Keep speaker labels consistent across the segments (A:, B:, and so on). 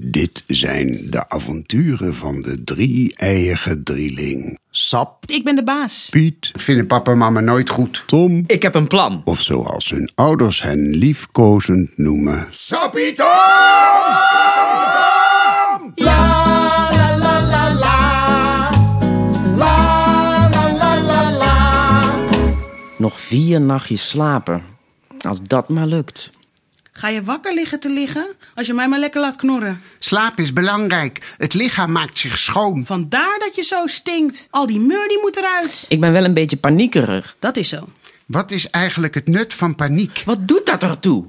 A: Dit zijn de avonturen van de drie-eiige drieling. Sap,
B: Ik ben de baas.
A: Piet, vinden papa en mama nooit goed. Tom,
C: Ik heb een plan.
A: of zoals hun ouders hen liefkozend noemen. Sapito!
C: Nog vier nachtjes slapen. Als dat maar lukt.
B: Ga je wakker liggen te liggen als je mij maar lekker laat knorren?
D: Slaap is belangrijk. Het lichaam maakt zich schoon.
B: Vandaar dat je zo stinkt. Al die meur die moet eruit.
C: Ik ben wel een beetje paniekerig.
B: Dat is zo.
D: Wat is eigenlijk het nut van paniek?
C: Wat doet dat ertoe?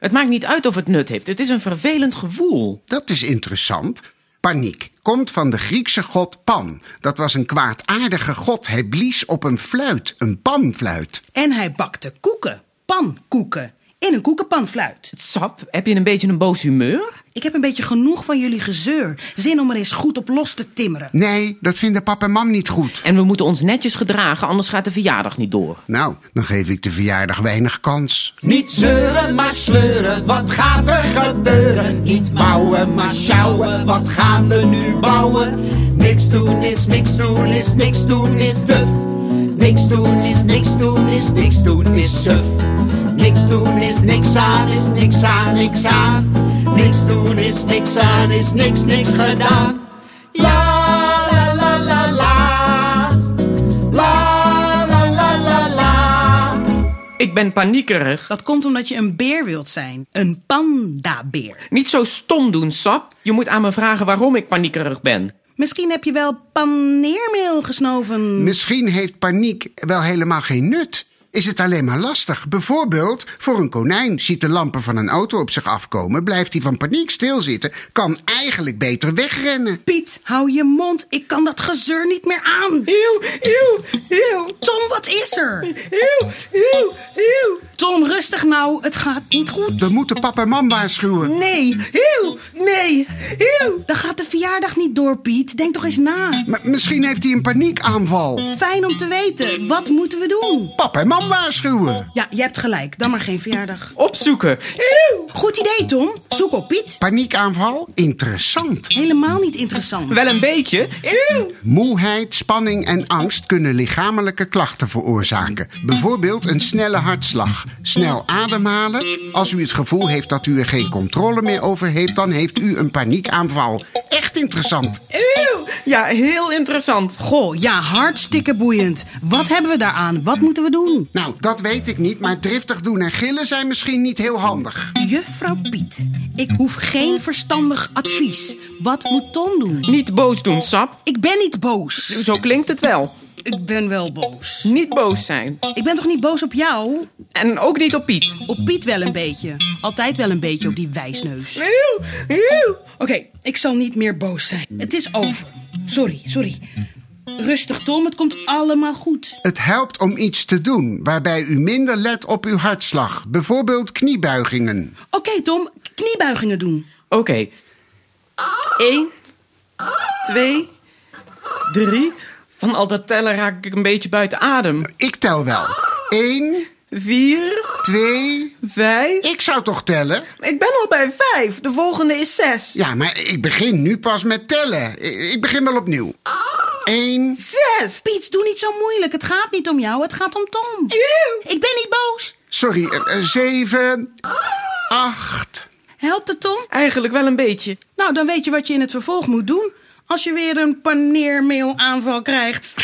C: Het maakt niet uit of het nut heeft. Het is een vervelend gevoel.
D: Dat is interessant. Paniek komt van de Griekse god Pan. Dat was een kwaadaardige god. Hij blies op een fluit, een panfluit.
B: En hij bakte koeken. Pankoeken. In een koekenpanfluit.
C: Sap, heb je een beetje een boos humeur?
B: Ik heb een beetje genoeg van jullie gezeur. Zin om er eens goed op los te timmeren.
D: Nee, dat vinden pap en mam niet goed.
C: En we moeten ons netjes gedragen, anders gaat de verjaardag niet door.
D: Nou, dan geef ik de verjaardag weinig kans.
E: Niet zeuren, maar sleuren, wat gaat er gebeuren? Niet mouwen, maar sjouwen, wat gaan we nu bouwen? Niks doen is niks doen is niks doen is duf. Niks doen is niks doen is niks doen is suf. Niks doen is niks aan is niks aan niks aan. Niks doen is niks aan is niks niks gedaan. Ja, la la la la. La la la la la.
C: Ik ben paniekerig.
B: Dat komt omdat je een beer wilt zijn. Een pandabeer.
C: Niet zo stom doen, Sap. Je moet aan me vragen waarom ik paniekerig ben.
B: Misschien heb je wel paneermeel gesnoven.
D: Misschien heeft paniek wel helemaal geen nut. Is het alleen maar lastig? Bijvoorbeeld voor een konijn ziet de lampen van een auto op zich afkomen, blijft hij van paniek stilzitten, kan eigenlijk beter wegrennen.
B: Piet, hou je mond. Ik kan dat gezeur niet meer aan.
C: Eeuw, eeuw, eeuw,
B: Tom, wat is er?
C: eeuw, eeuw, eeuw.
B: Tom, rustig nou. Het gaat niet goed.
D: We moeten papa en mam waarschuwen.
B: Nee,
C: Eeuw, nee, eeuw.
B: dan gaat de verjaardag niet door, Piet. Denk toch eens na.
D: Maar misschien heeft hij een paniekaanval.
B: Fijn om te weten. Wat moeten we doen?
D: Papa en mam waarschuwen.
B: Ja, je hebt gelijk. Dan maar geen verjaardag.
C: Opzoeken. Eeuw.
B: Goed idee, Tom. Zoek op Piet.
D: Paniekaanval? Interessant.
B: Helemaal niet interessant.
C: Wel een beetje. Eeuw.
D: Moeheid, spanning en angst kunnen lichamelijke klachten veroorzaken. Bijvoorbeeld een snelle hartslag, snel ademhalen. Als u het gevoel heeft dat u er geen controle meer over heeft, dan heeft u een paniekaanval. Echt interessant.
C: Eeuw. Ja, heel interessant.
B: Goh, ja, hartstikke boeiend. Wat hebben we daaraan? Wat moeten we doen?
D: Nou, dat weet ik niet, maar driftig doen en gillen zijn misschien niet heel handig.
B: Juffrouw Piet, ik hoef geen verstandig advies. Wat moet Tom doen?
C: Niet boos doen, Sap.
B: Ik ben niet boos.
C: Zo klinkt het wel.
B: Dus Ik ben wel boos.
C: Niet boos zijn.
B: Ik ben toch niet boos op jou?
C: En ook niet op Piet.
B: Op Piet wel een beetje. Altijd wel een beetje op die wijsneus.
C: Eeuw, eeuw.
B: Oké, ik zal niet meer boos zijn. Het is over. Sorry, sorry. Rustig, Tom, het komt allemaal goed.
D: Het helpt om iets te doen waarbij u minder let op uw hartslag. Bijvoorbeeld kniebuigingen.
B: Oké, Tom, kniebuigingen doen.
C: Oké. Eén, twee, drie. Van al dat tellen raak ik een beetje buiten adem.
D: Ik tel wel. 1,
C: Vier,
D: 2,
C: vijf.
D: ik zou toch tellen?
C: Ik ben al bij vijf. De volgende is zes.
D: Ja, maar ik begin nu pas met tellen. I- Ik begin wel opnieuw. 1.
C: Zes.
B: Piet, doe niet zo moeilijk. Het gaat niet om jou, het gaat om Tom. Ik ben niet boos.
D: Sorry, eh, 7. 8.
B: Helpt het, Tom?
C: Eigenlijk wel een beetje.
B: Nou, dan weet je wat je in het vervolg moet doen. Als je weer een paneermeelaanval krijgt.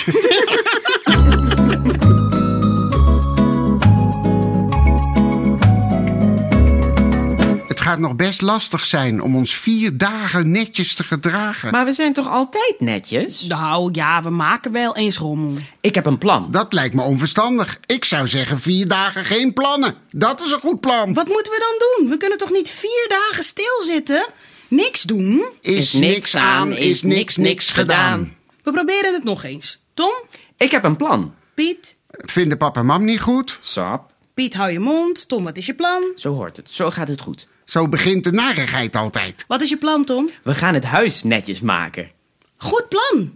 D: Het gaat nog best lastig zijn om ons vier dagen netjes te gedragen.
C: Maar we zijn toch altijd netjes?
B: Nou ja, we maken wel eens rommel.
C: Ik heb een plan.
D: Dat lijkt me onverstandig. Ik zou zeggen vier dagen geen plannen. Dat is een goed plan.
B: Wat moeten we dan doen? We kunnen toch niet vier dagen stilzitten? Niks doen?
C: Is niks aan, is niks niks gedaan.
B: We proberen het nog eens. Tom?
C: Ik heb een plan.
B: Piet?
D: Vinden papa en mam niet goed?
C: Sap.
B: Piet, hou je mond. Tom, wat is je plan?
C: Zo hoort het. Zo gaat het goed.
D: Zo begint de narigheid altijd.
B: Wat is je plan, Tom?
C: We gaan het huis netjes maken.
B: Goed plan.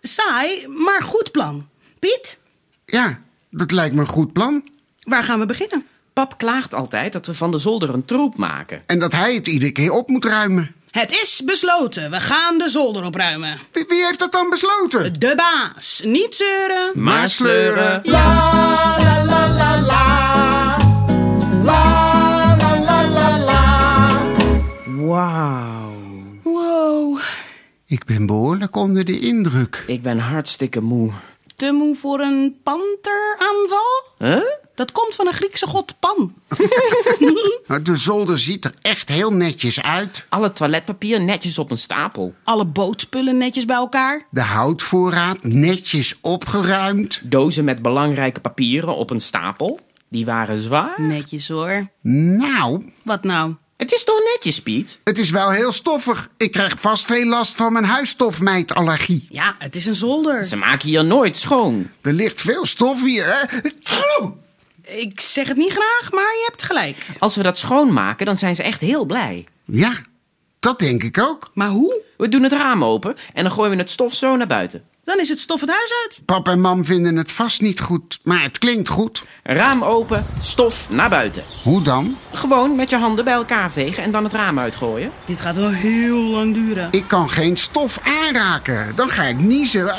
B: Saai, maar goed plan. Piet,
D: Ja, dat lijkt me een goed plan.
B: waar gaan we beginnen?
C: Pap klaagt altijd dat we van de zolder een troep maken.
D: En dat hij het iedere keer op moet ruimen.
B: Het is besloten. We gaan de zolder opruimen.
D: Wie, wie heeft dat dan besloten?
B: De baas. Niet zeuren.
C: Maar sleuren.
E: La la la la la. La la la la la.
C: Wauw.
B: Wow.
D: Ik ben behoorlijk onder de indruk.
C: Ik ben hartstikke moe.
B: Te moe voor een panteraanval?
C: Huh?
B: Dat komt van een Griekse god Pan.
D: De zolder ziet er echt heel netjes uit.
C: Alle toiletpapier netjes op een stapel.
B: Alle bootspullen netjes bij elkaar.
D: De houtvoorraad netjes opgeruimd.
C: Dozen met belangrijke papieren op een stapel. Die waren zwaar.
B: Netjes hoor.
D: Nou,
B: Wat nou?
C: Het is toch netjes, Piet?
D: het is wel heel stoffig. Ik krijg vast veel last van mijn huisstofmijtallergie.
B: Ja, het is een zolder.
C: Ze maken hier nooit schoon.
D: Er ligt veel stof hier. hè? Auw!
B: Ik zeg het niet graag, maar je hebt gelijk.
C: Als we dat schoonmaken, dan zijn ze echt heel blij.
D: Ja, dat denk ik ook.
B: Maar hoe?
C: We doen het raam open en dan gooien we het stof zo naar buiten.
B: Dan is het stof het huis uit.
D: Pap en mam vinden het vast niet goed, maar het klinkt goed.
C: Raam open, stof naar buiten.
D: Hoe dan?
C: Gewoon met je handen bij elkaar vegen en dan het raam uitgooien.
B: Dit gaat wel heel lang duren.
D: Ik kan geen stof aanraken. Dan ga ik niezen. Ah,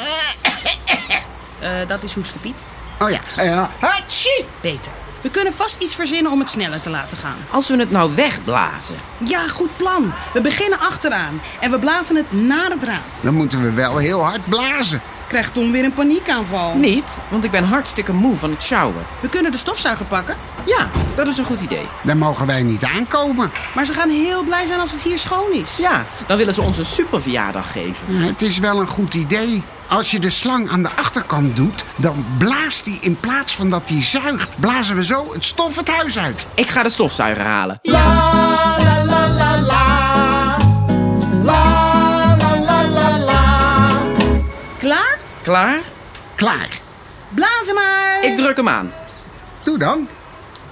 B: Eh, dat is hoesten Piet.
D: Oh ja. eh, hatsie.
B: Beter. We kunnen vast iets verzinnen om het sneller te laten gaan.
C: Als we het nou wegblazen.
B: Ja, goed plan. We beginnen achteraan. En we blazen het naar het raam.
D: Dan moeten we wel heel hard blazen.
B: Krijgt Tom weer een paniekaanval.
C: Niet, want ik ben hartstikke moe van het sjouwen.
B: We kunnen de stofzuiger pakken.
C: Ja, dat is een goed idee.
D: Daar mogen wij niet aankomen.
B: Maar ze gaan heel blij zijn als het hier schoon is.
C: Ja, dan willen ze ons een superverjaardag geven.
D: Het is wel een goed idee. Als je de slang aan de achterkant doet, dan blaast die in plaats van dat die zuigt. Blazen we zo het stof het huis uit.
C: Ik ga de stofzuiger halen.
E: La la la la la. La la la la la.
B: Klaar?
C: Klaar?
D: Klaar.
B: Blazen maar.
C: Ik druk hem aan.
D: Doe dan.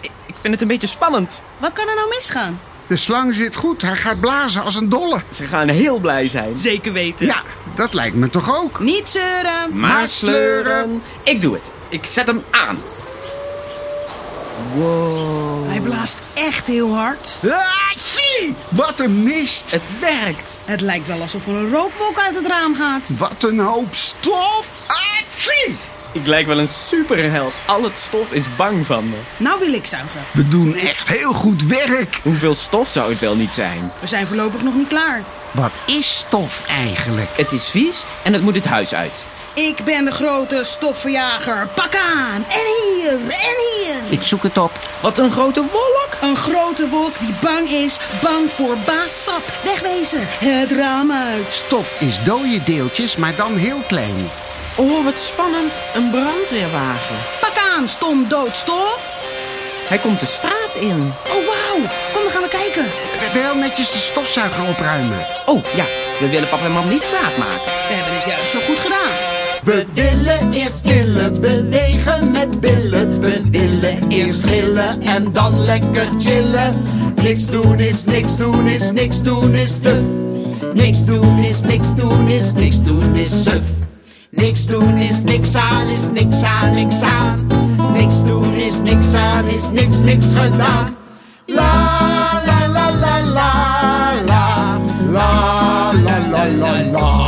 C: Ik, ik vind het een beetje spannend.
B: Wat kan er nou misgaan?
D: De slang zit goed. Hij gaat blazen als een dolle.
C: Ze gaan heel blij zijn.
B: Zeker weten.
D: Ja, dat lijkt me toch ook.
B: Niet zeuren.
C: Maar sleuren. Ik doe het. Ik zet hem aan.
B: Hij blaast echt heel hard.
D: Ah, zie! Wat een mist.
C: Het werkt.
B: Het lijkt wel alsof er een rookwolk uit het raam gaat.
D: Wat een hoop stof. Ah, zie!
C: Ik lijk wel een superheld. Al het stof is bang van me.
B: Nou wil ik zuigen.
D: We doen echt heel goed werk.
C: Hoeveel stof zou het wel niet zijn?
B: We zijn voorlopig nog niet klaar.
D: Wat is stof eigenlijk?
C: Het is vies en het moet het huis uit.
B: Ik ben de grote stoffenjager. Pak aan. En hier. En hier.
D: Ik zoek het op.
C: Wat een grote wolk.
B: Een grote wolk die bang is. Bang voor baas Sap. Wegwezen. Het raam uit.
D: Stof is dode deeltjes, maar dan heel klein.
C: Oh, wat spannend. Een brandweerwagen.
B: Pak aan, stom doodstof.
C: Hij komt de straat in.
B: Oh, wauw. Kom, dan gaan we kijken.
D: Wel netjes de stofzuiger opruimen.
C: Oh ja, we willen papa en mam niet kwaad maken.
B: We hebben het juist zo goed gedaan.
E: We willen eerst chillen, bewegen met billen. We willen eerst gillen en dan lekker chillen. Niks doen is niks doen is niks doen is duf. Niks doen is niks doen is niks doen is suf. Niks doen is niks aan is niks aan niks aan. Niks doen is niks aan is niks niks gedaan. La la la la la la la la la la la.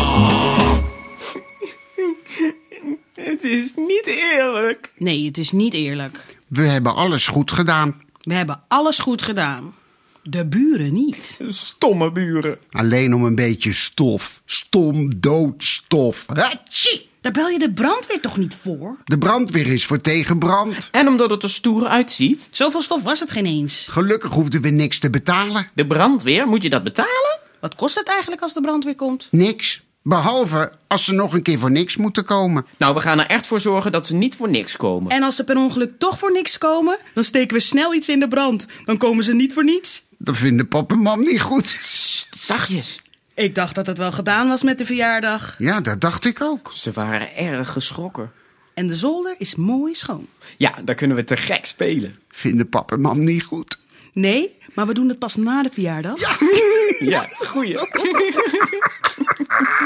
C: Het is niet eerlijk.
B: Nee, het is niet eerlijk.
D: We hebben alles goed gedaan.
B: We hebben alles goed gedaan. De buren niet.
C: Stomme buren.
D: Alleen om een beetje stof. Stom doodstof. Hatsie!
B: Daar bel je de brandweer toch niet voor?
D: De brandweer is voor tegenbrand.
C: En omdat het er stoer uitziet,
B: Zoveel stof was het geen eens.
D: Gelukkig hoefden we niks te betalen.
C: de brandweer, moet je dat betalen?
B: Wat kost het eigenlijk als de brandweer komt?
D: Niks. Behalve als ze nog een keer voor niks moeten komen.
C: Nou, we gaan er echt voor zorgen dat ze niet voor niks komen.
B: En als ze per ongeluk toch voor niks komen, dan steken we snel iets in de brand. Dan komen ze niet voor niets.
D: Dat vinden pap en mam niet goed.
C: Sst, zachtjes.
B: Ik dacht dat het wel gedaan was met de verjaardag.
D: Ja, dat dacht ik ook.
C: Ze waren erg geschrokken.
B: En de zolder is mooi schoon.
C: Ja, daar kunnen we te gek spelen.
D: Vinden pap en mam niet goed.
B: Nee, maar we doen het pas na de verjaardag.
C: Ja, goeie.